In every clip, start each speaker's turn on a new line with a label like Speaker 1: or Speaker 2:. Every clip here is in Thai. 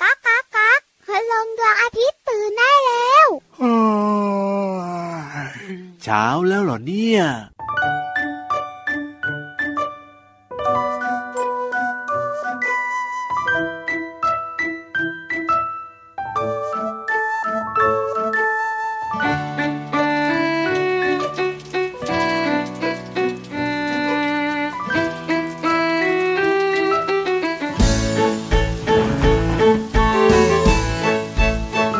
Speaker 1: ก๊ากก๊ากก๊ากพลงดวงอาทิตย์ตื่นได้แล้ว
Speaker 2: เช้าแล้วเหรอเนี่ย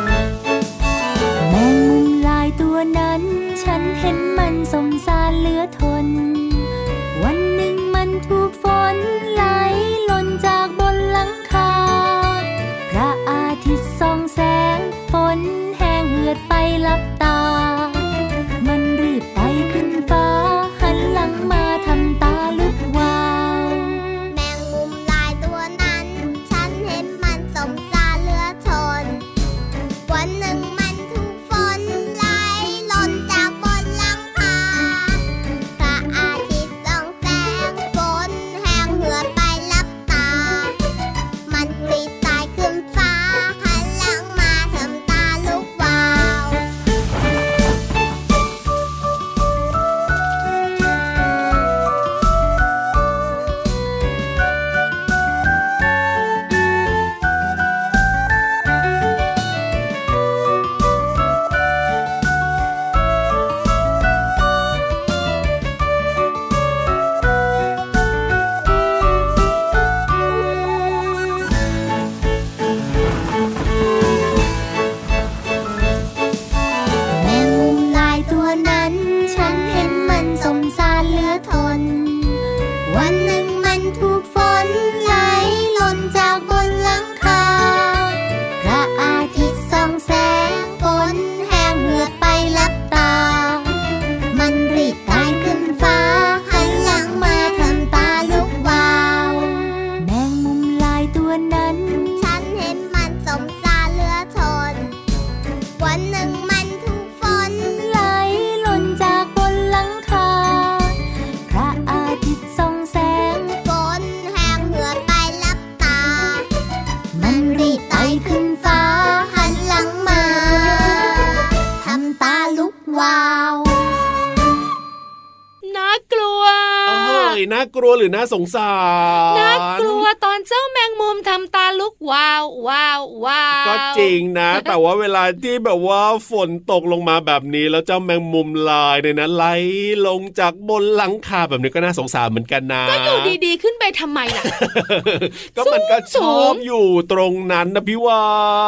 Speaker 3: แมงมุมลายตัวนั้น ฉันเห็นมันสมสารเหลือทน วันหนึ่งมันถูกฝนไหลหล่นจากบนหลังคา พระอาทิตย์ส่องแสงฝนแห้งเหือดไปลับตา มันรีบไต่ขึ้นฟ้า หันหลังมาทำตาลุกวาว
Speaker 1: แมงมุมลายตัวนั้น ฉันเห็นมันสมสารเหลือทน วันหนึ่งมันถูกฝนไหลหล่นจากบนหลังคาพระอาทิตย์ส่องแสงฝนแห้งเหือดไปลับตา มันรีบตายขึ้นฟ้า หันหลังมาทำตาลุกวาว
Speaker 3: แมงมุมลายตัวนั้น ฉันเห็นมันสมสารเหลือทน วันหนึ่งมันถูกฝนไหลหล่นจากบนหลังคา พระอาทิตย์ส่องแสงฝนแห้งเหือดไปลับตา มันรีบไต่ขึ้นฟ้า หันหลังมาทำตาลุกวาว แมงมุมลายตัวนั้น
Speaker 1: ฉันเห็นมันสมสารเหลือทน วันหนึ่งมันถูกฝน
Speaker 3: ไหลหล่นจากบนหลังคา พระอาทิตย์ส่องแสง
Speaker 1: ฝนแห้งเหือดไปลับตา
Speaker 3: มันรีบไต่ขึ้นฟ้า หันหลังมา ทำตาลุกวาว
Speaker 4: น่ากลัว
Speaker 5: เอ้ยน่ากลัวหรือน่าสงสาร
Speaker 4: น่ากลัวตอนเจ้าแมงมุมทำตาลุกวาววาววาว
Speaker 5: ก็จริงนะ แต่ว่าเวลาที่แบบว่าฝนตกลงมาแบบนี้ แล้วเจ้าแมงมุมลายเนี่ยนะไหลลงจากบนหลังคาแบบนี้ก็น่าสงสารเหมือนกันนะ
Speaker 4: ก็อยู่ดีๆ ขึ้นไปทำไมล่ะ
Speaker 5: ก็มันก็ช
Speaker 4: สู
Speaker 5: อง บ
Speaker 4: ๆ
Speaker 5: อยู่ตรงนั้นนะพี่วา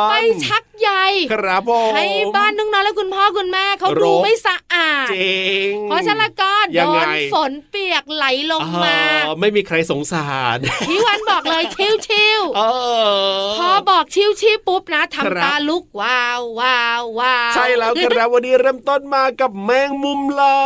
Speaker 5: น
Speaker 4: ไปชักใย
Speaker 5: ครับผม
Speaker 4: ให้บ้านน้องๆและคุณพ่อคุณแม่เขา
Speaker 5: ร
Speaker 4: ดู
Speaker 5: ก
Speaker 4: ไม่สะอาด
Speaker 5: จริง
Speaker 4: เพราะฉะนั้นก็
Speaker 5: ยั
Speaker 4: โด
Speaker 5: งไง
Speaker 4: นฝนเปียกไหลลงมา
Speaker 5: อ๋อไม่มีใครสงสาร
Speaker 4: พี่วันบอกเลยชิวชิวๆ
Speaker 5: เออ
Speaker 4: พอบอกชิวชิวๆปุ๊บนะ
Speaker 5: ครั
Speaker 4: ทำ
Speaker 5: บ
Speaker 4: ตาลุกวาววาววาว
Speaker 5: ใช่แล้วครับวันนี้เริ่มต้นมากับแมงมุมลา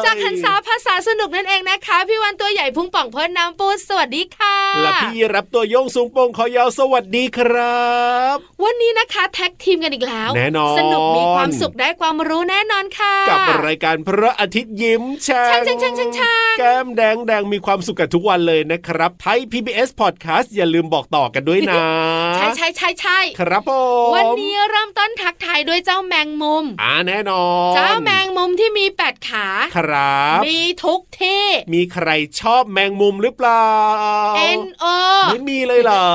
Speaker 5: ย
Speaker 4: จากหันษาภาษาสนุกนั่นเองนะคะ พี่วันตัวใหญ่พุงป่องพ้นน้ำปูสวัสดีค่ะ
Speaker 5: และพี่รับตัวโยงสูงโปร่งขอยาวสวัสดีครับ
Speaker 4: วันนี้นะคะแท็กทีมกันอีกแล้ว
Speaker 5: แน่นอน
Speaker 4: สนุกมีความสุขได้ความรู้แน่นอนค่ะ
Speaker 5: กับรายการพระอาทิตย์ยิ้มแฉ่
Speaker 4: ช่างช่างช่างช่างช่าง
Speaker 5: แก้มแดงแดงมีความสุขกันทุกวันเลยนะครับไทย PBS Podcast อย่าลืมบอกต่อกันด้วยนะ
Speaker 4: ใช่ใช่ใช่ใช่
Speaker 5: ครับผม
Speaker 4: วันนี้เริ่มต้นทักทายด้วยเจ้าแมงมุม
Speaker 5: อ่าแน่นอน
Speaker 4: เจ้าแมงมุมที่มีแปดขา
Speaker 5: ครับ
Speaker 4: มีทุกที่
Speaker 5: มีใครชอบแมงมุมหรือเปล่า
Speaker 4: N O
Speaker 5: ไม่มีเลยเหรอ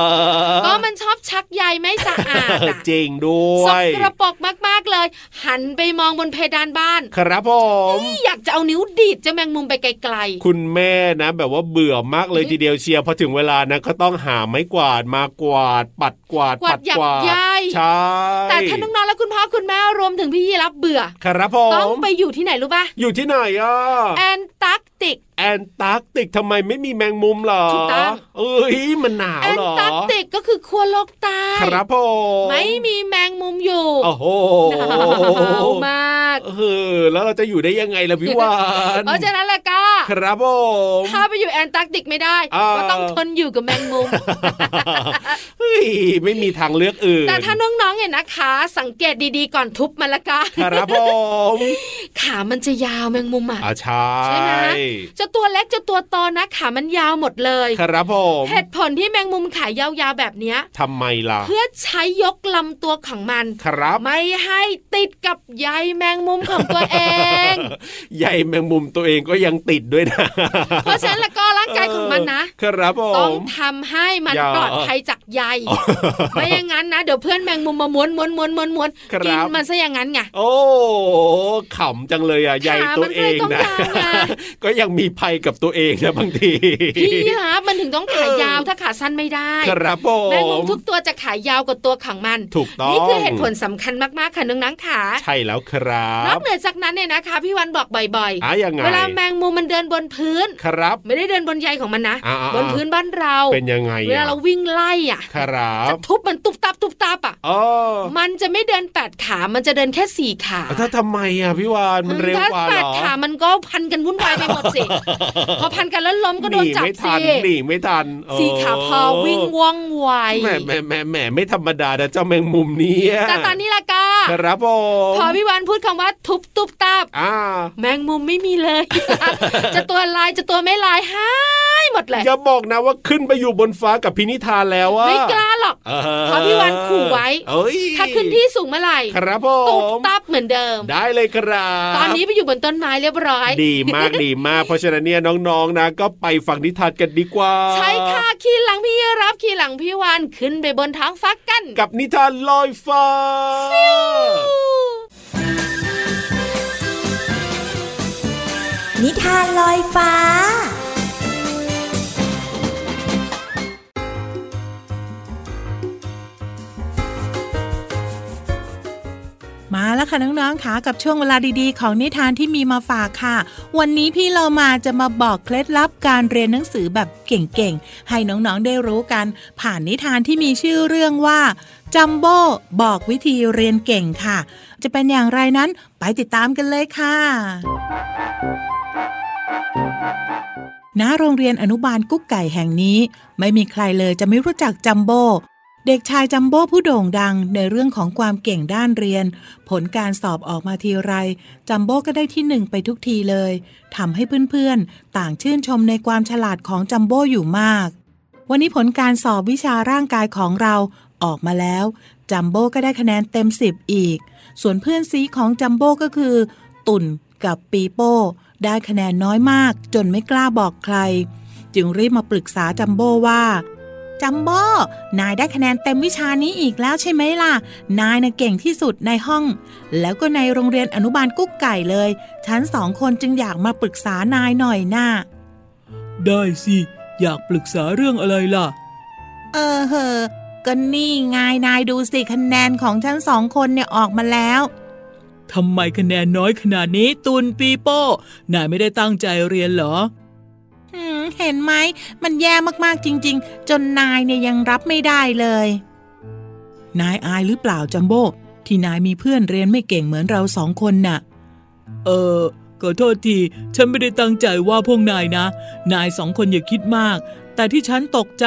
Speaker 4: ก็มันชอบชักใยไม่สะอาดอะ
Speaker 5: จริงด้ว
Speaker 4: ส
Speaker 5: ย
Speaker 4: กระปรกมากๆเลย หันไปมองบนเพดานบ้าน
Speaker 5: ครับผม
Speaker 4: อยากจะเอานิ้วดีดเจ้าแมงมุมไปไกล
Speaker 5: คุณแม่นะ แบบว่าเบื่อมากเลยทีเดียวเชียร์พอถึงเวลานะก็ต้องหาไม้กวาดมากวาด ปัดกวาด
Speaker 4: กวาด
Speaker 5: ปัดกวาด
Speaker 4: หยักใย
Speaker 5: ใช่
Speaker 4: ๆ แต่ถ้าน้องๆและคุณพ่อคุณแม่รวมถึงพี่ยีรับเบื่อ
Speaker 5: ครับผ
Speaker 4: ต้อง
Speaker 5: ม
Speaker 4: ไปอยู่ที่ไหนรู้ป่ะ
Speaker 5: อยู่ที่ไหนอ่ะ
Speaker 4: แอนตาร์กติก
Speaker 5: แอนตาร์กติกทำไมไม่มีแมงมุมเหรอ
Speaker 4: ถูกต้อง
Speaker 5: เอ้ยมันหนาว
Speaker 4: แอน
Speaker 5: เหรอ
Speaker 4: ตาร์กติกก็คือขั้วโลกใต้
Speaker 5: ครับผม
Speaker 4: ไม่มีแมงมุมอยู่
Speaker 5: โอ้โห
Speaker 4: หนาวมาก
Speaker 5: เออแล้วเราจะอยู่ได้ยังไงล่ะพี่วาน
Speaker 4: เพราะฉะนั้นแหละก็
Speaker 5: ครับผม
Speaker 4: ถ้าไปอยู่แอนตาร์กติกไม่ได้
Speaker 5: อ่า
Speaker 4: ก็ต้องทนอยู่กับแมงมุม
Speaker 5: เฮ้ย ยไม่มีทางเลือกอื่น
Speaker 4: แต่ถ้าน้องๆเนี่ยนะคะ สังเกตดีๆก่อนทุบมันละกัน
Speaker 5: ครับผม
Speaker 4: ขามันจะยาวแมงมุมอ่ะ
Speaker 5: อาใช่
Speaker 4: ใช่ไหม จะตัวเล็กจะตัวโตนะขามันยาวหมดเลย
Speaker 5: ครับผม
Speaker 4: เหตุผลที่แมงมุมขายาวๆแบบเนี้ย
Speaker 5: ทำไมล่ะ
Speaker 4: เพื่อใช้ยกลำตัวของมัน
Speaker 5: ครับ
Speaker 4: ไม่ให้ติดกับใยแมงมุมของตัวเอ ง
Speaker 5: ใหญ่แมงมุมตัวเองก็ยังติดด้วยนะ
Speaker 4: เพราะฉะนั้นแล้วก็ร่างกายของมันนะ
Speaker 5: ครับผ
Speaker 4: ต้อง
Speaker 5: ม
Speaker 4: ทำให้มัน
Speaker 5: อย่า
Speaker 4: ปลอดภัยจากใยไม่อย่างนั้นนะ เดี๋ยวเพื่อนแมงมุมมาม้วนม้วนม้วนม้วนม้วน
Speaker 5: ครับ
Speaker 4: กินมันซะอย่างนั้นไง
Speaker 5: โอ้ขำจังเลยอ่ะใหญ่ตัวเองนะ
Speaker 4: ขามันก็เลยต้องยาวไง
Speaker 5: ก็ยังมีภัยกับตัวเองนะบางที
Speaker 4: พี่ยีรับมันถึงต้องขายาว
Speaker 5: เออ
Speaker 4: ถ้าขาสั้นไม่ได้
Speaker 5: ครับผ
Speaker 4: แมงมุม
Speaker 5: ม
Speaker 4: ทุกตัวจะขายาวกว่าตัวของมัน
Speaker 5: ถูกต้อง
Speaker 4: นี่คือเหตุผลสำคัญมากๆค่ะน้องนังขา
Speaker 5: ใช่แล้วคน รั
Speaker 4: อก
Speaker 5: บ
Speaker 4: เหนือจากนั้นเนี่ยนะคะพี่วันบอกบ่อย
Speaker 5: อ่ะยังไง
Speaker 4: ๆ เวลาแมงมุมมันเดินบนพื้น
Speaker 5: ครับ
Speaker 4: ไม่ได้เดินบนใยของมันนะ
Speaker 5: อ่าๆๆ
Speaker 4: บนพื้นบ้านเรา
Speaker 5: เป็นยังไง
Speaker 4: เวลา
Speaker 5: อ่ะ
Speaker 4: เราวิ่งไล่อ่ะ
Speaker 5: ครับ
Speaker 4: จะทุบมันตุบตับตุบตับอ่ะ
Speaker 5: อ๋อ
Speaker 4: มันจะไม่เดินแปดขา มันจะเดินแค่สี่ขา
Speaker 5: ถ้าทำไมอ่ะพี่วานมันเร็ว
Speaker 4: ถ้
Speaker 5: กว่า
Speaker 4: แป
Speaker 5: เห
Speaker 4: ด
Speaker 5: รอ
Speaker 4: ขามันก็พันกันวุ่นวายไปหมด สิ พอพันกันแล้วล้มก็โดนจั
Speaker 5: ห
Speaker 4: บ
Speaker 5: ไม่
Speaker 4: สิ
Speaker 5: ทันหนีไม่ทันโอ้
Speaker 4: สี่ขาพอวิ่งว่องไว
Speaker 5: แหมแหมแหมแหมไม่ธรรมดานะเจ้าแมงมุมนี้
Speaker 4: แต่ตอนนี้ละกา
Speaker 5: ครับผม
Speaker 4: พอพี่วานพูดคำว่าทุบตุบตับ
Speaker 5: อ่า
Speaker 4: แมงมุมไม่มี เลย จะตัวลายจะตัวไม่ลายหายหมดเลย
Speaker 5: อย่าบอกนะว่าขึ้นไปอยู่บนฟ้ากับพินิธานแล้วอ่ะ
Speaker 4: ไม่กล้าหรอก
Speaker 5: ออ
Speaker 4: เพราะพี่วานขู่ไว้
Speaker 5: เอ้ย
Speaker 4: ถ้าขึ้นที่สูงเมื่อไหร่
Speaker 5: ครับผ
Speaker 4: ตุบ
Speaker 5: ม
Speaker 4: ตับเหมือนเดิม
Speaker 5: ได้เลยครับ
Speaker 4: ตอนนี้ไปอยู่บนต้นไม้เรียบร้อย
Speaker 5: ดีมากดีมาก เพราะฉะนั้นเนี่ยน้องๆนะ ก็ไปฟังนิทานกันดีกว่า
Speaker 4: ใช่ค่ะขี่หลังพี่รับขี่หลังพี่วานขึ้นไปบนท้องฟ้ากัน
Speaker 5: กับนิทานลอยฟ้า
Speaker 6: นิทานลอยฟ้า
Speaker 7: มาแล้วค่ะน้องๆค่ะกับช่วงเวลาดีๆ ของนิทานที่มีมาฝากค่ะ วันนี้พี่เรามาจะมาบอกเคล็ดลับการเรียนหนังสือแบบเก่งๆ ให้น้องๆได้รู้กัน ผ่านนิทานที่มีชื่อเรื่องว่าจัมโบ้บอกวิธีเรียนเก่งค่ะ จะเป็นอย่างไรนั้นไปติดตามกันเลยค่ะ ณโรงเรียนอนุบาลกุ๊กไก่แห่งนี้ ไม่มีใครเลยจะไม่รู้จักจัมโบ้เด็กชายจัมโบ้ผู้โด่งดังในเรื่องของความเก่งด้านเรียน ผลการสอบออกมาทีไรจัมโบ้ก็ได้ที่หนึ่งไปทุกทีเลยทำให้เพื่อนๆ ต่างชื่นชมในความฉลาดของจัมโบ้อยู่มาก วันนี้ผลการสอบวิชาร่างกายของเราออกมาแล้ว จัมโบ้ก็ได้คะแนนเต็ม 10 อีก ส่วนเพื่อนซีของจัมโบ้ก็คือ ตุ่นกับปีโป้ ได้คะแนนน้อยมาก จนไม่กล้าบอกใคร จึงรีบมาปรึกษาจัมโบ้ว่า จัมโบ้นายได้คะแนนเต็มวิชานี้อีกแล้วใช่ไหมล่ะ นายน่ะเก่งที่สุดในห้อง แล้วก็ในโรงเรียนอนุบาลกุ๊กไก่เลยฉันสองคนจึงอยากมาปรึกษานายหน่อยน่ะ
Speaker 8: ได้สิ อยากปรึกษาเรื่องอะไรล่ะ
Speaker 7: เออเหอะก็นี่ไงนายดูสิคะแนนของฉันสองคนเนี่ยออกมาแล้ว
Speaker 8: ทำไมคะแนนน้อยขนาดนี้ตุนปีโป้ นายไม่ได้ตั้งใจเรียนเหรอ
Speaker 7: หืมเห็นไหม มันแย่มาก ๆ จริง ๆ จนนายเนี่ยยังรับไม่ได้เลย นายอายหรือเปล่าจัมโบ้ที่นายมีเพื่อนเรียนไม่เก่งเหมือนเราสองคนน่ะ
Speaker 8: เออขอโทษที ฉันไม่ได้ตั้งใจว่าพวกนายนะ นายสองคนอย่าคิดมาก แต่ที่ฉันตกใจ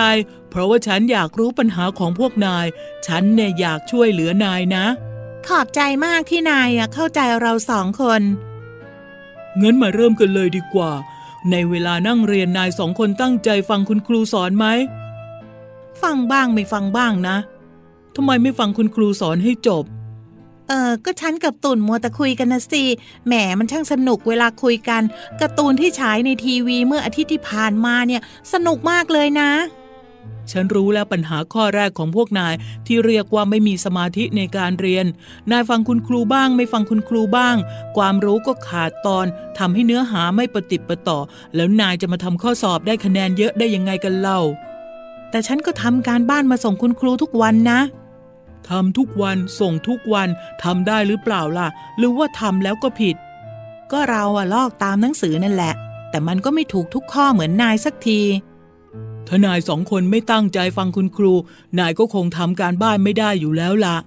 Speaker 8: เพราะว่าฉันอยากรู้ปัญหาของพวกนาย ฉันเนี่ยอยากช่วยเหลือนายนะ
Speaker 7: ขอบใจมากที่นายอะเข้าใจเราสองคน
Speaker 8: งั้นมาเริ่มกันเลยดีกว่า ในเวลานั่งเรียนนายสองคนตั้งใจฟังคุณครูสอนไหม
Speaker 7: ฟังบ้างไม่ฟังบ้างนะ
Speaker 8: ทำไมไม่ฟังคุณครูสอนให้จบ
Speaker 7: เออก็ฉันกับตุ่นมัวแต่คุยกันนะสิ แหมมันช่างสนุกเวลาคุยกันการ์ตูนที่ฉายในทีวีเมื่ออาทิตย์ที่ผ่านมาเนี่ย สนุกมากเลยนะ
Speaker 8: ฉันรู้แล้วปัญหาข้อแรกของพวกนายที่เรียกว่าไม่มีสมาธิในการเรียน นายฟังคุณครูบ้าง ไม่ฟังคุณครูบ้าง ความรู้ก็ขาดตอนทำให้เนื้อหาไม่ประติดประต่อ แล้วนายจะมาทำข้อสอบได้คะแนนเยอะได้ยังไงกันเล่า
Speaker 7: แต่ฉันก็ทำการบ้านมาส่งคุณครูทุกวันนะ
Speaker 8: ทำทุกวันส่งทุกวันทำได้หรือเปล่าล่ะ หรือว่าทำแล้วก็ผิด
Speaker 7: ก็เราอะลอกตามหนังสือนั่นแหละ แต่มันก็ไม่ถูกทุกข้อเหมือนนายสักที
Speaker 8: ถ้านายสองคนไม่ตั้งใจฟังคุณครู นายก็คงทำการบ้านไม่ได้อยู่แล้วละ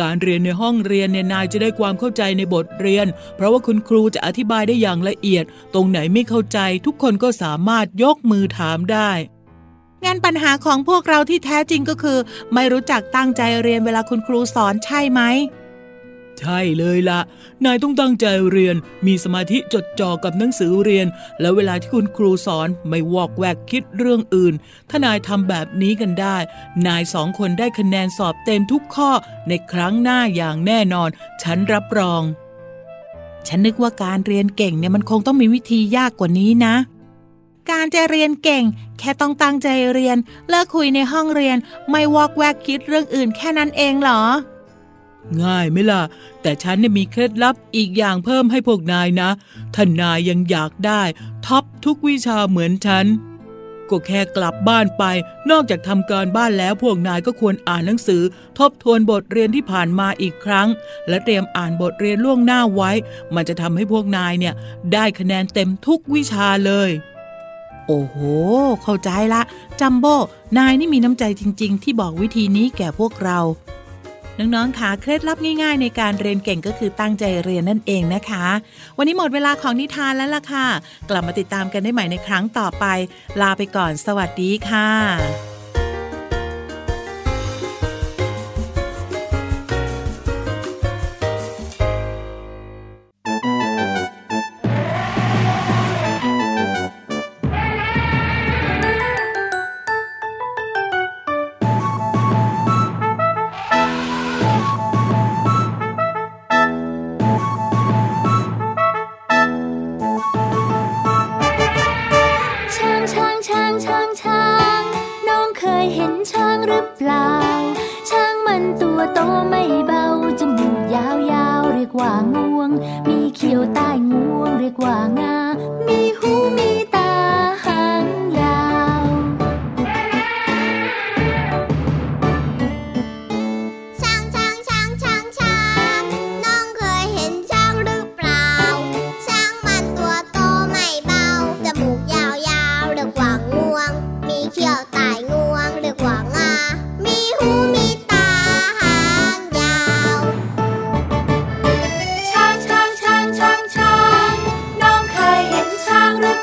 Speaker 8: การเรียนในห้องเรียนเนี่ยนายจะได้ความเข้าใจในบทเรียน เพราะว่าคุณครูจะอธิบายได้อย่างละเอียด ตรงไหนไม่เข้าใจ ทุกคนก็สามารถยกมือถามได้
Speaker 7: งั้นปัญหาของพวกเราที่แท้จริงก็คือ ไม่รู้จักตั้งใจเรียนเวลาคุณครูสอนใช่ไหม
Speaker 8: ใช่เลยละนายต้องตั้งใจเรียน มีสมาธิจดจ่อกับหนังสือเรียน แล้วเวลาที่คุณครูสอนไม่วอกแวกคิดเรื่องอื่น ถ้านายทำแบบนี้กันได้ นายสองคนได้คะแนนสอบเต็มทุกข้อในครั้งหน้าอย่างแน่นอน ฉันรับรอง
Speaker 7: ฉันนึกว่าการเรียนเก่งเนี่ยมันคงต้องมีวิธียากกว่านี้นะ การจะเรียนเก่ง แค่ต้องตั้งใจเรียน เลิกคุยในห้องเรียน ไม่วอกแวกคิดเรื่องอื่นแค่นั้นเองเหรอ
Speaker 8: ง่ายไหมล่ะ แต่ฉันเนี่ยมีเคล็ดลับอีกอย่างเพิ่มให้พวกนายนะถ้านายยังอยากได้ท็อปทุกวิชาเหมือนฉัน ก็แค่กลับบ้านไป นอกจากทำการบ้านแล้วพวกนายก็ควรอ่านหนังสือ ทบทวนบทเรียนที่ผ่านมาอีกครั้ง และเตรียมอ่านบทเรียนล่วงหน้าไว้ มันจะทำให้พวกนายเนี่ยได้คะแนนเต็มทุกวิชาเลย
Speaker 7: โอ้โห เข้าใจละ จัมโบ้ นายนี่มีน้ำใจจริง ๆ ที่บอกวิธีนี้แก่พวกเรา น้องๆค่ะเคล็ดลับง่ายๆ ในการเรียนเก่งก็คือตั้งใจเรียนนั่นเองนะคะ วันนี้หมดเวลาของนิทานแล้วล่ะค่ะ กลับมาติดตามกันได้ใหม่ในครั้งต่อไป ลาไปก่อน สวัสดีค่ะ
Speaker 3: ช้างช้างช้างช้างช้างน้องเคยเห็นช้างหรือเปล่า ช้างมันตัวโตไม่เบาจมูกยาวยาวๆเรียกว่างวง มีเขียวใต้งวงเรียกว่างา มีหูมีตาหางยาว
Speaker 1: ช้างช้างช้างช้างช้างน้องเคยเห็นช้างหรือเปล่า ช้างมันตัวโตไม่เบาจมูกยาวยาวๆเรียกว่างวง มีเขี้ยวไต่งวงเรียกว่างา มีหูมีตาหางยาว
Speaker 3: ช้างช้างช้างช้างช้างน้องเคยเห็นช้างหรื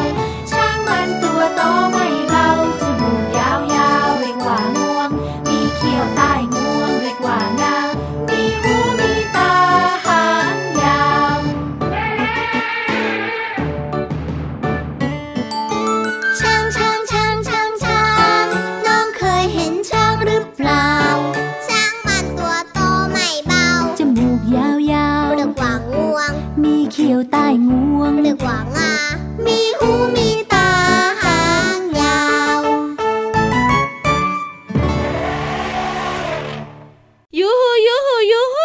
Speaker 3: อเปล่า ช้างมันตัวโตไม่เบาจมูกยาวยาวๆเรียกว่างวง มีเขียวใต้งวงเรียกว่างา มีหูมีตาหางยาว
Speaker 1: ช้างช้างช้างช้างช้างน้องเคยเห็นช้างหรือเปล่า ช้างมันตัวโตไม่เบา
Speaker 3: จมูกยาวยาว
Speaker 1: เรียกว่างวง
Speaker 3: ๆมีเขียวใต้งวง
Speaker 1: เรียกว่างา มีหูมีตาหางยาว
Speaker 4: ยูฮูยูฮูยู ฮู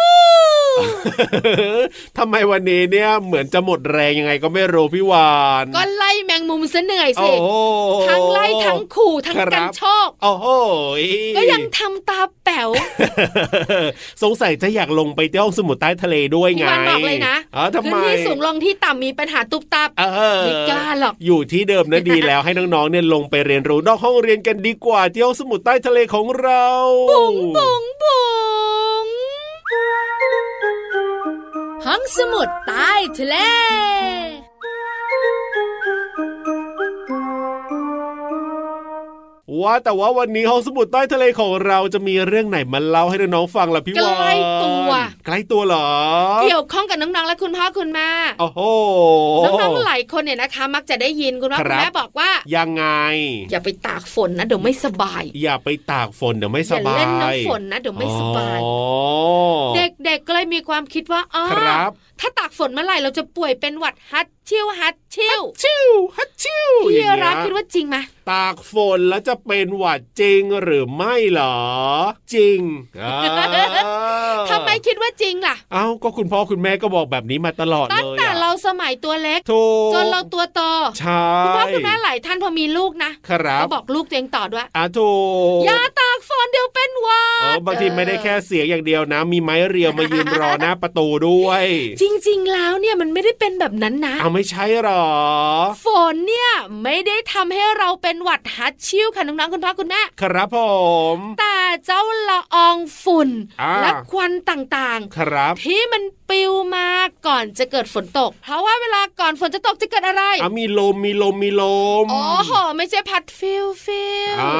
Speaker 5: ทำไมวันนี้เนี่ยเหมือนจะหมดแรงยังไงก็ไม่รู้พี่วาน
Speaker 4: ก็ไล่แมงมุมซะเหนื่อย
Speaker 5: โอ้
Speaker 4: สิ
Speaker 5: โห
Speaker 4: ทั้งไล่ทั้งขู่ทั้ง
Speaker 5: ครั
Speaker 4: กัน
Speaker 5: บ
Speaker 4: โชค
Speaker 5: โอ้โห
Speaker 4: ก็ยังทำตาแป๋ว
Speaker 5: สงสัยจะอยากลงไปที่ห้องสมุดใต้ทะเลด้วยไง
Speaker 4: พี่วันบอกเลยนะ
Speaker 5: อ๋อทำ
Speaker 4: ขึ้
Speaker 5: ไม
Speaker 4: นที่สูงลงที่ต่ำมีปัญหาตุบตับ
Speaker 5: เออ
Speaker 4: ไม่กล้าหรอก
Speaker 5: อยู่ที่เดิมนะดีแล้วให้น้องๆเนี่ยลงไปเรียนรู้นอกห้องเรียนกันดีกว่าที่ห้องสมุดใต้ทะเลของเรา
Speaker 4: บุ๋งบุ๋งบุ๋งห้องสมุดใต้ทะเล
Speaker 5: ว่าแต่ว่าวันนี้ห้องสมุดใต้ทะเลของเราจะมีเรื่องไหนมาเล่าให้น้องๆฟังล่ะพี่วาน
Speaker 4: ใกล้ตัว
Speaker 5: ใกล้ตัวเหรอ
Speaker 4: เกี่ยวข้องกับน้องๆและคุณพ่อคุณแม่
Speaker 5: โอ้โห
Speaker 4: น้องๆหลายคนเนี่ยนะคะ มักจะได้ยินคุณพ่อ
Speaker 5: ค
Speaker 4: คุ
Speaker 5: รั
Speaker 4: ณ
Speaker 5: บ
Speaker 4: แม่บอกว่า
Speaker 5: ยังไง
Speaker 4: อย่าไปตากฝนนะเดี๋ยวไม่สบาย
Speaker 5: อย่าไปตากฝนเดี๋ยวไม่
Speaker 4: อ
Speaker 5: ส
Speaker 4: ย่า
Speaker 5: บาย
Speaker 4: เล่นน้ำฝนนะเดี๋ยวไม่สบาย
Speaker 5: อ๋อ
Speaker 4: เด็กๆก็เลยมีความคิดว่าอ๋อ
Speaker 5: ครับ
Speaker 4: ถ้าตากฝนเมื่อไหร่เราจะป่วยเป็นหวัดฮัดชิวฮัดชิว
Speaker 5: ชิวฮัดชิว
Speaker 4: พี่
Speaker 5: อย่างเงี้ย
Speaker 4: รับคิดว่าจริงไหม
Speaker 5: ตากฝนแล้วจะเป็นหวัดจริงหรือไม่เหรอ จริงอ่า
Speaker 4: ทำไมคิดว่าจริงล่ะ
Speaker 5: เอ้าก็คุณพ่อคุณแม่ก็บอกแบบนี้มาตลอด
Speaker 4: ตั้
Speaker 5: เล
Speaker 4: ง
Speaker 5: ย
Speaker 4: แต่
Speaker 5: อะ
Speaker 4: เราสมัยตัวเล็ก
Speaker 5: ถูก
Speaker 4: จนเราตัวโต
Speaker 5: ใช่
Speaker 4: คุณพ่อคุณแม่หลายท่านพอมีลูกนะ
Speaker 5: ครั
Speaker 4: ก็
Speaker 5: บ
Speaker 4: บอกลูกตัวเองต่อด้วย
Speaker 5: อ่ะถูก
Speaker 4: อย่าตาก กฝนเดี๋ยวเป็นหวั
Speaker 5: อ๋อ
Speaker 4: ด
Speaker 5: บางทีไม่ได้แค่เสียงอย่างเดียวนะ มีไม้เรียวมายืนรอหน้าประตูด้วย
Speaker 4: จริง ๆ แล้วเนี่ยมันไม่ได้เป็นแบบนั้นนะ
Speaker 5: เอาไม่ใช่หรอ
Speaker 4: ฝนเนี่ยไม่ได้ทำให้เราเป็นหวัดฮัดชิวค่ะน้องๆคุณพ่อคุณแม่
Speaker 5: ครับผม
Speaker 4: แต่เจ้าละอองฝุ่น
Speaker 5: อ่า
Speaker 4: และควันต่าง
Speaker 5: ครับ
Speaker 4: ๆ ที่มันปลิวมาก่อนจะเกิดฝนตก เพราะว่าเวลาก่อนฝนจะตกจะเกิดอะไร
Speaker 5: เอามีลมมีลมมีลม
Speaker 4: โอ้โหไม่ใช่พัดฟิวฟิว
Speaker 5: อ่า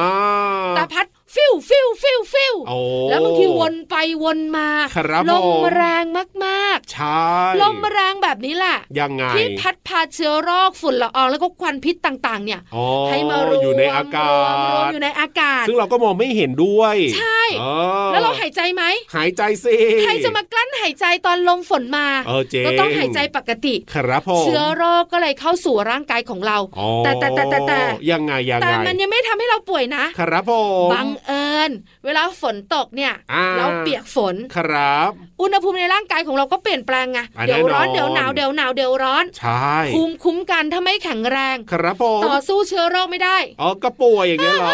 Speaker 4: แต่พัดฟิวฟิวฟิวฟิว
Speaker 5: โอ้
Speaker 4: แล้วบางทีวนไปวนมา
Speaker 5: ครับ
Speaker 4: ลม
Speaker 5: ผม
Speaker 4: แรงมาก
Speaker 5: ใช่
Speaker 4: ๆลมแรงแบบนี้แหละ
Speaker 5: ยังไง
Speaker 4: ที่พัดพาเชื้อโรคฝุ่นละอองแล้วก็ควันพิษต่าง ๆ เนี่ย
Speaker 5: อ๋อ
Speaker 4: ให้มารวม
Speaker 5: อยู่ในอากาศ
Speaker 4: รวมๆอยู่ในอากาศ
Speaker 5: ซึ่งเราก็มองไม่เห็นด้วย
Speaker 4: ใช่
Speaker 5: อ๋อ
Speaker 4: แล้วเราหายใจไหม
Speaker 5: หายใจสิ
Speaker 4: ใครจะมากลั้นหายใจตอนลมฝนมา
Speaker 5: เออเจ๊
Speaker 4: ก็ต้องหายใจปกติ
Speaker 5: ครับผม
Speaker 4: เชื้อโรคก็เลยเข้าสู่ร่างกายของเรา
Speaker 5: อ๋อ
Speaker 4: แต่แต่แต่แต่แต่
Speaker 5: ยังไงยัง
Speaker 4: แต่
Speaker 5: ไง
Speaker 4: มันยังไม่ทำให้เราป่วยนะครับ
Speaker 5: ผม
Speaker 4: บังเอิญเวลาฝนตกเนี่ย
Speaker 5: อ่า
Speaker 4: เราเปียกฝน
Speaker 5: ครับ
Speaker 4: อุณหภูมิในร่างกายของเราก็เปลี่ยนแปลงไง
Speaker 5: อ่ะ
Speaker 4: เดี๋ยวร้อน
Speaker 5: แน่นอน
Speaker 4: เดี๋ยวหนาวเดี๋ยวหนาวเดี๋ยวร้อน
Speaker 5: ใช่
Speaker 4: ภูมิคุ้มกันถ้าไม่แข็งแรง
Speaker 5: ครับผม
Speaker 4: ต่อสู้เชื้อโรคไม่ได้
Speaker 5: อ๋อก็ป่วยอย่างเงี้ยเหรอ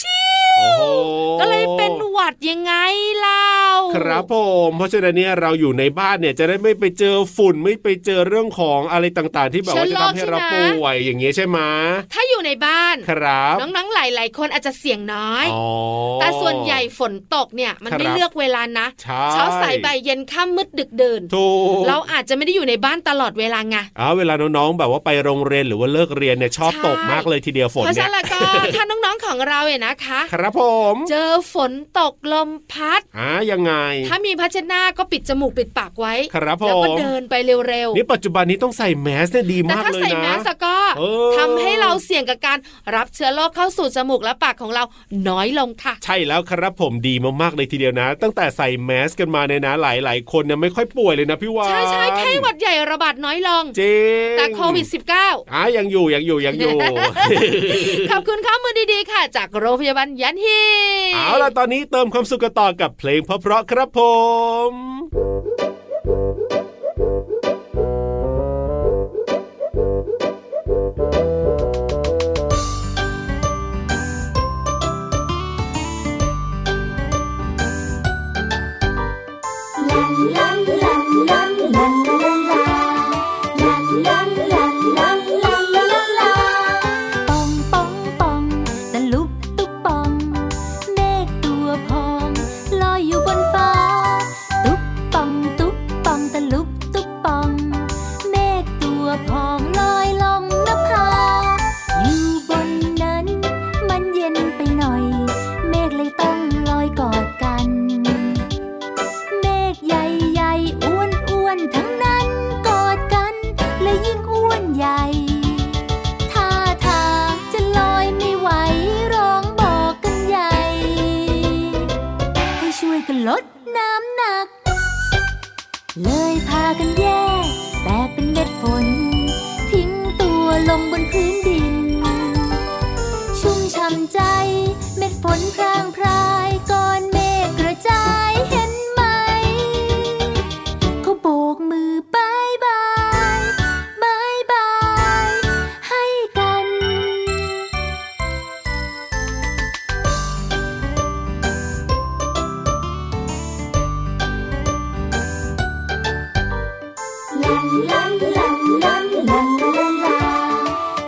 Speaker 4: ชิ
Speaker 5: โอ้โห
Speaker 4: ก็เลยเป็นหวัดยังไงเล่า
Speaker 5: ครับผมเพราะฉะนั้นเนี่ยเราอยู่ในบ้านเนี่ยจะได้ไม่ไปเจอฝุ่นไม่ไปเจอเรื่องของอะไรต่างๆ ที่แบบว่าจะทำให้เราป่วยอย่างเงี้ยใช่ไหม
Speaker 4: ถ้าอยู่ในบ้าน
Speaker 5: ครับ
Speaker 4: น้องๆ หลาย ๆ คนอาจจะเสี่ยงน้อย
Speaker 5: อ๋อ
Speaker 4: แต่ส่วนใหญ่ฝนตกเนี่ยมัน
Speaker 5: ครับ
Speaker 4: ไม่เลือกเวลานะ
Speaker 5: ใช่
Speaker 4: เช้าสายบ่ายเย็นค่ำมืดดึกเดิน
Speaker 5: ถูก
Speaker 4: เราอาจจะไม่ได้อยู่ในบ้านตลอดเวลาไง
Speaker 5: อ๋อเวลาน้องๆแบบว่าไปโรงเรียนหรือว่าเลิกเรียนเนี่ยชอบ
Speaker 4: ใช่
Speaker 5: ตกมากเลยทีเดียวฝน
Speaker 4: เพราะฉะ
Speaker 5: เนี่ย
Speaker 4: นั้นแล้วก็ ถ้าน้องๆ ของเราเนี่ยนะคะ
Speaker 5: ครับผม
Speaker 4: เจอฝนตกลมพัด
Speaker 5: อ่ายังไง
Speaker 4: ถ้ามีพัชนาก็ปิดจมูกปิดปากไว้
Speaker 5: ครับผม
Speaker 4: แล้วก็เดินไปเร็ว
Speaker 5: นี่ปัจจุบันนี้ต้องใส่แมสเนี่ยดี
Speaker 4: ๆ แต่
Speaker 5: มาก
Speaker 4: ถ้า
Speaker 5: เลย
Speaker 4: ใส่
Speaker 5: นะ
Speaker 4: แมสก์ก็
Speaker 5: เออ
Speaker 4: ทำให้เราเสี่ยงกับการรับเชื้อโรคเข้าสู่จมูกและปากของเราน้อยลงค่ะ
Speaker 5: ใช่แล้วครับผมดีมากๆเลยทีเดียวนะ ตั้งแต่ใส่แมสกันมาเนี่ยนะหลายๆ คนเนี่ยไม่ค่อยป่วยเลยนะพี่วาน
Speaker 4: ใช่ใช่ไข้หวัดใหญ่ระบาดน้อยลง
Speaker 5: จริง
Speaker 4: แต่โควิด -19
Speaker 5: อ่ะยังอยู่ยังอยู่ยังอยู่
Speaker 4: ขอบคุณข้อมูลดีๆ ค่ะ จากโรงพยาบาลยันฮี
Speaker 5: เอาล่ะตอนนี้เติมความสุขกันต่อกับเพลงเพราะๆครับผม
Speaker 3: ป่องป่องป่องตะลุบตุ๊บป่องเมฆตัวพองลอยอยู่บนฟ้า ตุ๊บป่องตุ๊บป่องตะลุบตุ๊บป่องเมฆตัวพองลอยลงนภาอยู่บนนั้น มันเย็นไปหน่อย เมฆเลยต้องลอยกอดกัน เมฆใหญ่ๆอ้วนอ้วนๆทั้งนั้นกอดกัน และยิ่งอ้วนใหญ่ ท่าทางจะลอยไม่ไหวร้องบอกกันใหญ่ ให้ช่วยกันลดน้ำหนัก เลยพากันแยกแตกเป็นเม็ดฝน ทิ้งตัวลงบนพื้นดิน ชุ่มช่ำใจเม็ดฝนพรางพรายก้อนเมฆกระจายเห็นไหม เขาโบกมือบายบายบายบาย ให้กัน
Speaker 1: ปองปอง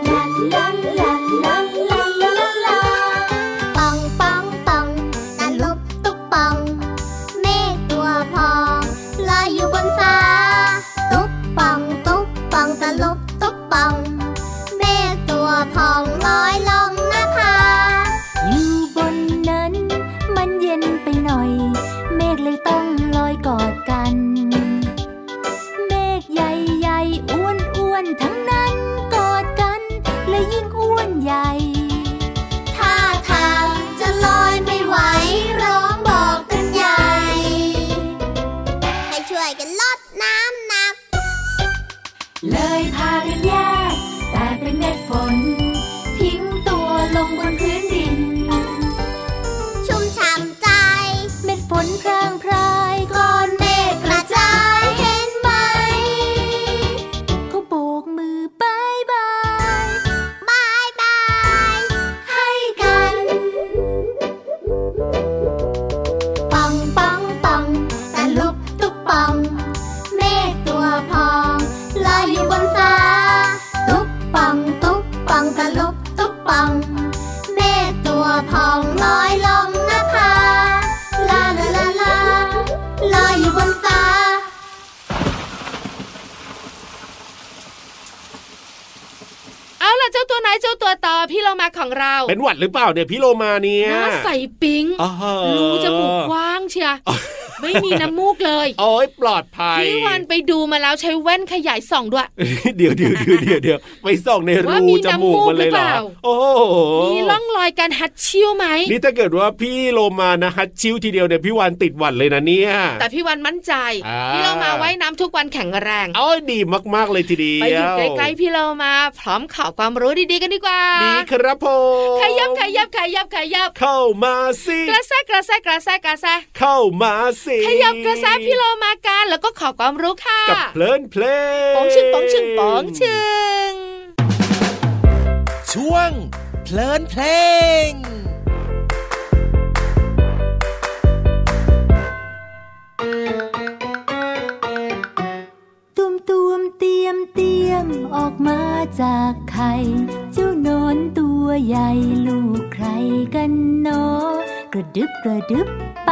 Speaker 1: ปองตะลุบ พองลอยลงนภาลาลาลาลาลอยอยู่บนฟ้า
Speaker 4: เอาล่ะเจ้าตัวไหนเจ้าตัวต่อพี่เรามาของเรา
Speaker 5: เป็นหวัดหรือเปล่าเนี่ยพี่โลมาเนี่ย
Speaker 4: หน้าใสปิ๊ง
Speaker 5: อ้าว
Speaker 4: รูจมูกกว้างเชี ยไม่มีน้ำมูกเลย
Speaker 5: โอ้ยปลอดภัย
Speaker 4: พี่วันไปดูมาแล้วใช้แว่นขยายส่องด้วย
Speaker 5: เดี๋ยวเดี๋ยวเดี๋ยวเดี๋ยวเดี๋ยวไปส่องใน
Speaker 4: ว่า
Speaker 5: รู
Speaker 4: มี
Speaker 5: จมูกมันเลยเหรอ
Speaker 4: น้ำมูกหรือเปล่า
Speaker 5: โอ้โห
Speaker 4: มีร่องรอยการหัดชิ่วไหม
Speaker 5: นี่ถ้าเกิดว่าพี่โลมานะฮัดชิวทีเดียวเนี่ยพี่วานติดหวัดเลยนะเนี่ย
Speaker 4: แต่พี่วันมั่นใจ
Speaker 5: อ่า
Speaker 4: พี่เรามาว่ายน้ำทุกวันแข็งแรง
Speaker 5: เอาดีมากๆเลยทีเดียว
Speaker 4: ไปอยู่ใกล้ๆพี่เรามา พร้อมข่าวความรู้ดีๆกันดีกว่า
Speaker 5: ดีครับผม
Speaker 4: ขยับขยับขยับขยับ
Speaker 5: เข้ามาสิ
Speaker 4: กระแซะกระแซะกระแซะกระแซะ
Speaker 5: เข้ามาสิ
Speaker 4: ขยับกระแซะพี่เรามากันแล้วก็ขอความรู้ค่ะ
Speaker 5: กับเพลินเพลง
Speaker 4: ปองชึงปองชึงปองชึง
Speaker 2: ช่วง เพลินเพลง
Speaker 3: ตุมตุมเตรียมเตรียมออกมาจากไข่เจ้าหนอนตัวใหญ่ลูกใครกันเนาะกระดึบกระดึบไป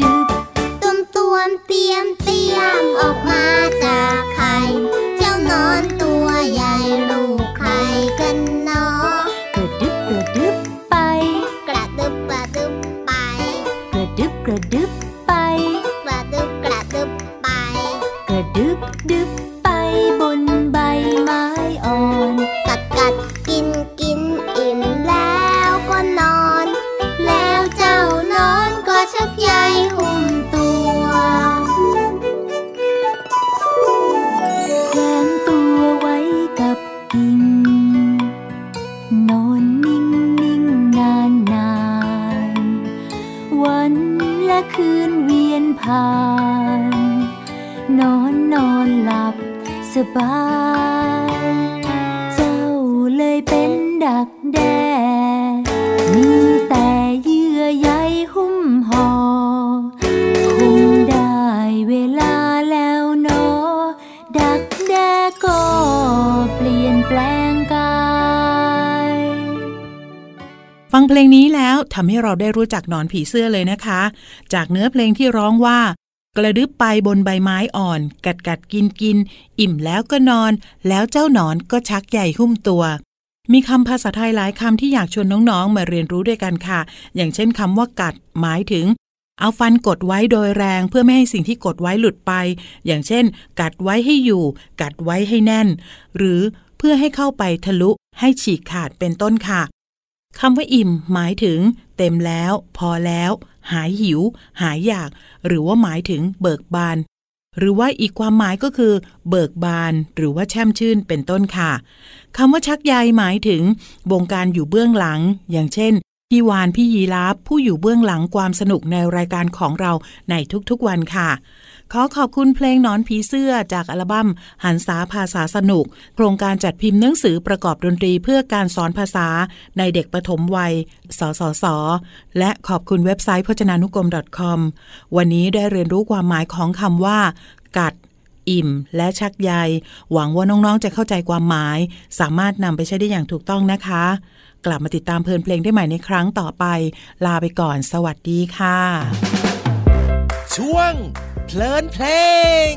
Speaker 3: ดึบ
Speaker 1: ตุ่มตวมเตรียมเตรียมออกมาจากไข่ เจ้านอนตัวใหญ่ลูกไข่กันเนาะ
Speaker 3: กระดึบกระดึบไป
Speaker 1: กระดึบกระดึบไป
Speaker 3: กระดึบกระดึบไป
Speaker 1: กระดึบกระดึบไป
Speaker 3: กระดึบดึบไปบนใบไม้อ่อน
Speaker 1: กัดกัดกินกินอิ่มแล้วก็นอน แล้วเจ้านอนก็ชักใยหุ้มตัว
Speaker 3: แขวนตัวไว้กับกิ่ง นอนนิ่งนิ่งนานนานๆวันและคืนเวียนผ่าน นอนนอนหลับสบาย เจ้าเลยเป็นดักแด้ มีแต่เยื่อใยหุ้มห่อ คงได้เวลาแล้วเนอะดักแด้ก็เปลี่ยนแปลงกาย
Speaker 7: ฟังเพลงนี้แล้วทำให้เราได้รู้จักหนอนผีเสื้อเลยนะคะ จากเนื้อเพลงที่ร้องว่า กระดึบไปบนใบไม้อ่อน กัดกัดกินกิน อิ่มแล้วก็นอน แล้วเจ้าหนอนก็ชักใหญ่หุ้มตัว มีคำภาษาไทยหลายคำที่อยากชวนน้องๆ มาเรียนรู้ด้วยกันค่ะ อย่างเช่นคำว่ากัด หมายถึง เอาฟันกดไว้โดยแรงเพื่อไม่ให้สิ่งที่กดไว้หลุดไป อย่างเช่น กัดไว้ให้อยู่ กัดไว้ให้แน่น หรือเพื่อให้เข้าไปทะลุให้ฉีกขาดเป็นต้นค่ะ คำว่าอิ่มหมายถึง เต็มแล้ว พอแล้ว หายหิว หายอยาก หรือว่าหมายถึงเบิกบาน หรือว่าอีกความหมายก็คือ เบิกบาน หรือว่าแช่มชื่นเป็นต้นค่ะคำว่าชักใยหมายถึงวงการอยู่เบื้องหลัง อย่างเช่นพี่วานพี่ยีรับผู้อยู่เบื้องหลังความสนุกในรายการของเราในทุกๆวันค่ะ ขอขอบคุณเพลงหนอนผีเสื้อจากอัลบั้มหันษาภาษาสนุก โครงการจัดพิมพ์หนังสือประกอบดนตรีเพื่อการสอนภาษาในเด็กประถมวัย สสส และขอบคุณเว็บไซต์พจนานุกรม .com วันนี้ได้เรียนรู้ความหมายของคำว่า กัด อิ่ม และชักใย หวังว่าน้องๆจะเข้าใจความหมาย สามารถนำไปใช้ได้อย่างถูกต้องนะคะ กลับมาติดตามเพลินเพลงได้ใหม่ในครั้งต่อไป ลาไปก่อน สวัสดีค่ะ
Speaker 2: ช่วง เพลินเพลง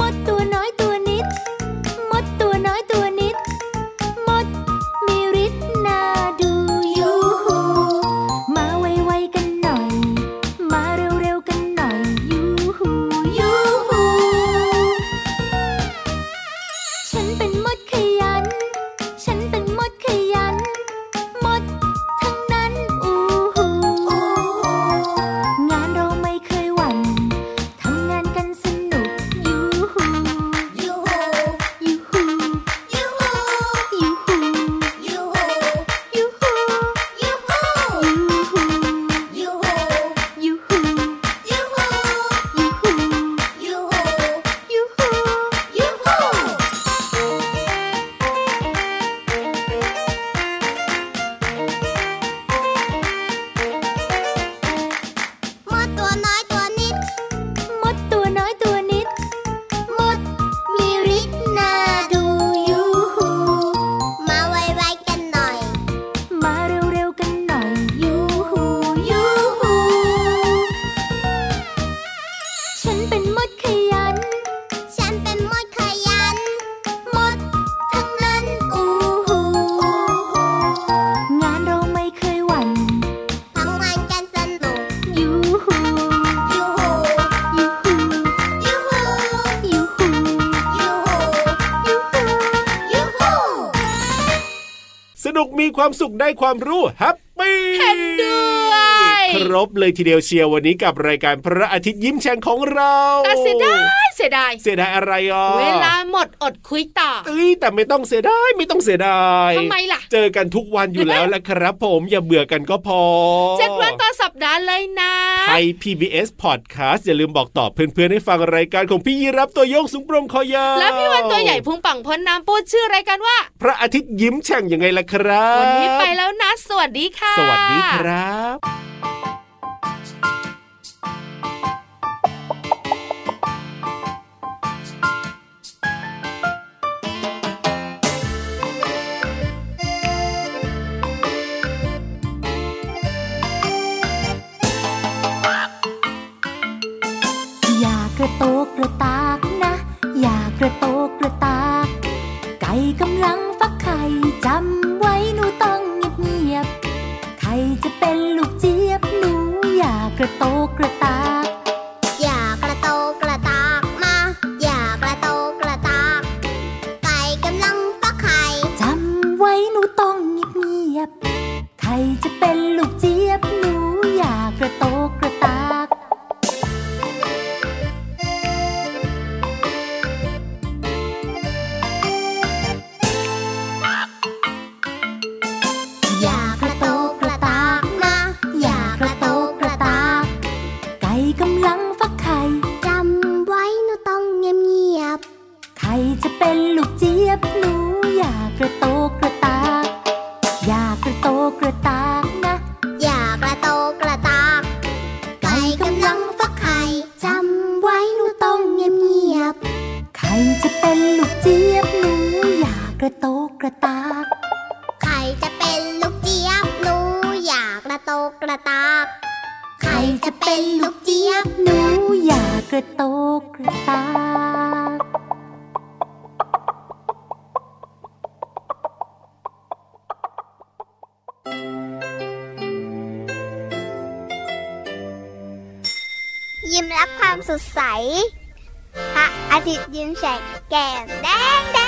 Speaker 3: มดตัวน้อยตัวนิด มดตัวน้อยตัวนิด มดมีฤทธิ์น่าดูยูหู
Speaker 5: สนุกมีความสุขได้ความรู้แฮปปี้
Speaker 4: เห็นด้วย
Speaker 5: ครบเลยทีเดียวเชียววันนี้กับรายการพระอาทิตย์ยิ้มแฉ่งของเรา
Speaker 4: แต่เสียดายเสียดาย
Speaker 5: เสียดายอะไรอ่ะ
Speaker 4: เวลาหมดอดคุยต่อ
Speaker 5: เอ้ยแต่ไม่ต้องเสียดายไม่ต้องเสียดาย
Speaker 4: ทำไมล่ะ
Speaker 5: เจอกันทุกวันอยู่แล้วละครับ ผมอย่าเบื่อกันก็พอ
Speaker 4: เจ็ดวันต่อสัปดาห์เลยนะ
Speaker 5: ไทย PBS Podcast อย่าลืมบอกต่อเพื่อนๆ ให้ฟังรายการของพี่ยีรับตัวโยงสูงโปรงคอยาว
Speaker 4: แล้วพี่วันตัวใหญ่พุงป่องพ้นน้ำปูดชื่อรายการว่า
Speaker 5: พระอาทิตย์ยิ้มแฉ่งยังไงล่ะครับ
Speaker 4: วันนี้ไปแล้วนะ สวัสดีค่ะ
Speaker 5: สวัสดีครับ
Speaker 3: อย่ากระโตกกระตากนะ อย่ากระโตกกระตาก ไก่กำลังฟักไข่จำไว้หนูต้องเงียบเงียบๆไข่จะเป็นลูกเจี๊ยบหนู อย่ากระโตกกระตาก
Speaker 1: อย่ากระโตกกระตากมา อย่ากระโตกกระตาก ไก่กำลังฟักไข่
Speaker 3: จำไว้หนูต้องเงียบเงียบๆใครจะเป็นลูกเจี๊ยบหนูอย่ากระโตกกระตาก อย่ากระโตกกระตาก
Speaker 1: มา
Speaker 3: อย่ากระโตกกระตาก ไก่กำลังฟักไข่
Speaker 1: จำไว้หนูต้องเงียบเงียบ
Speaker 3: ใครจะเป็นลูกเจี๊ยบหนูอยากกระโตกกระตากอยากกระโตกกระตากนะ
Speaker 1: อย่ากระโตกกระตาก ไก่กำลังฟักไข่จำไว้หนูต้องเงียบเงียบ
Speaker 3: ใครจะเป็นลูกเจี๊ยบหนูอยากกระโตกกระตาก
Speaker 1: ใครจะเป็นลูกเจี๊ยบหนู อยากกระโตกกระตาก ใครจะเป็นลูกเจี๊ยบ
Speaker 3: หนูอยากกระโตกกระตาก
Speaker 1: ยิ้มรับความสดใส พระอาทิตย์ยิ้มแฉกแก้มแดงแด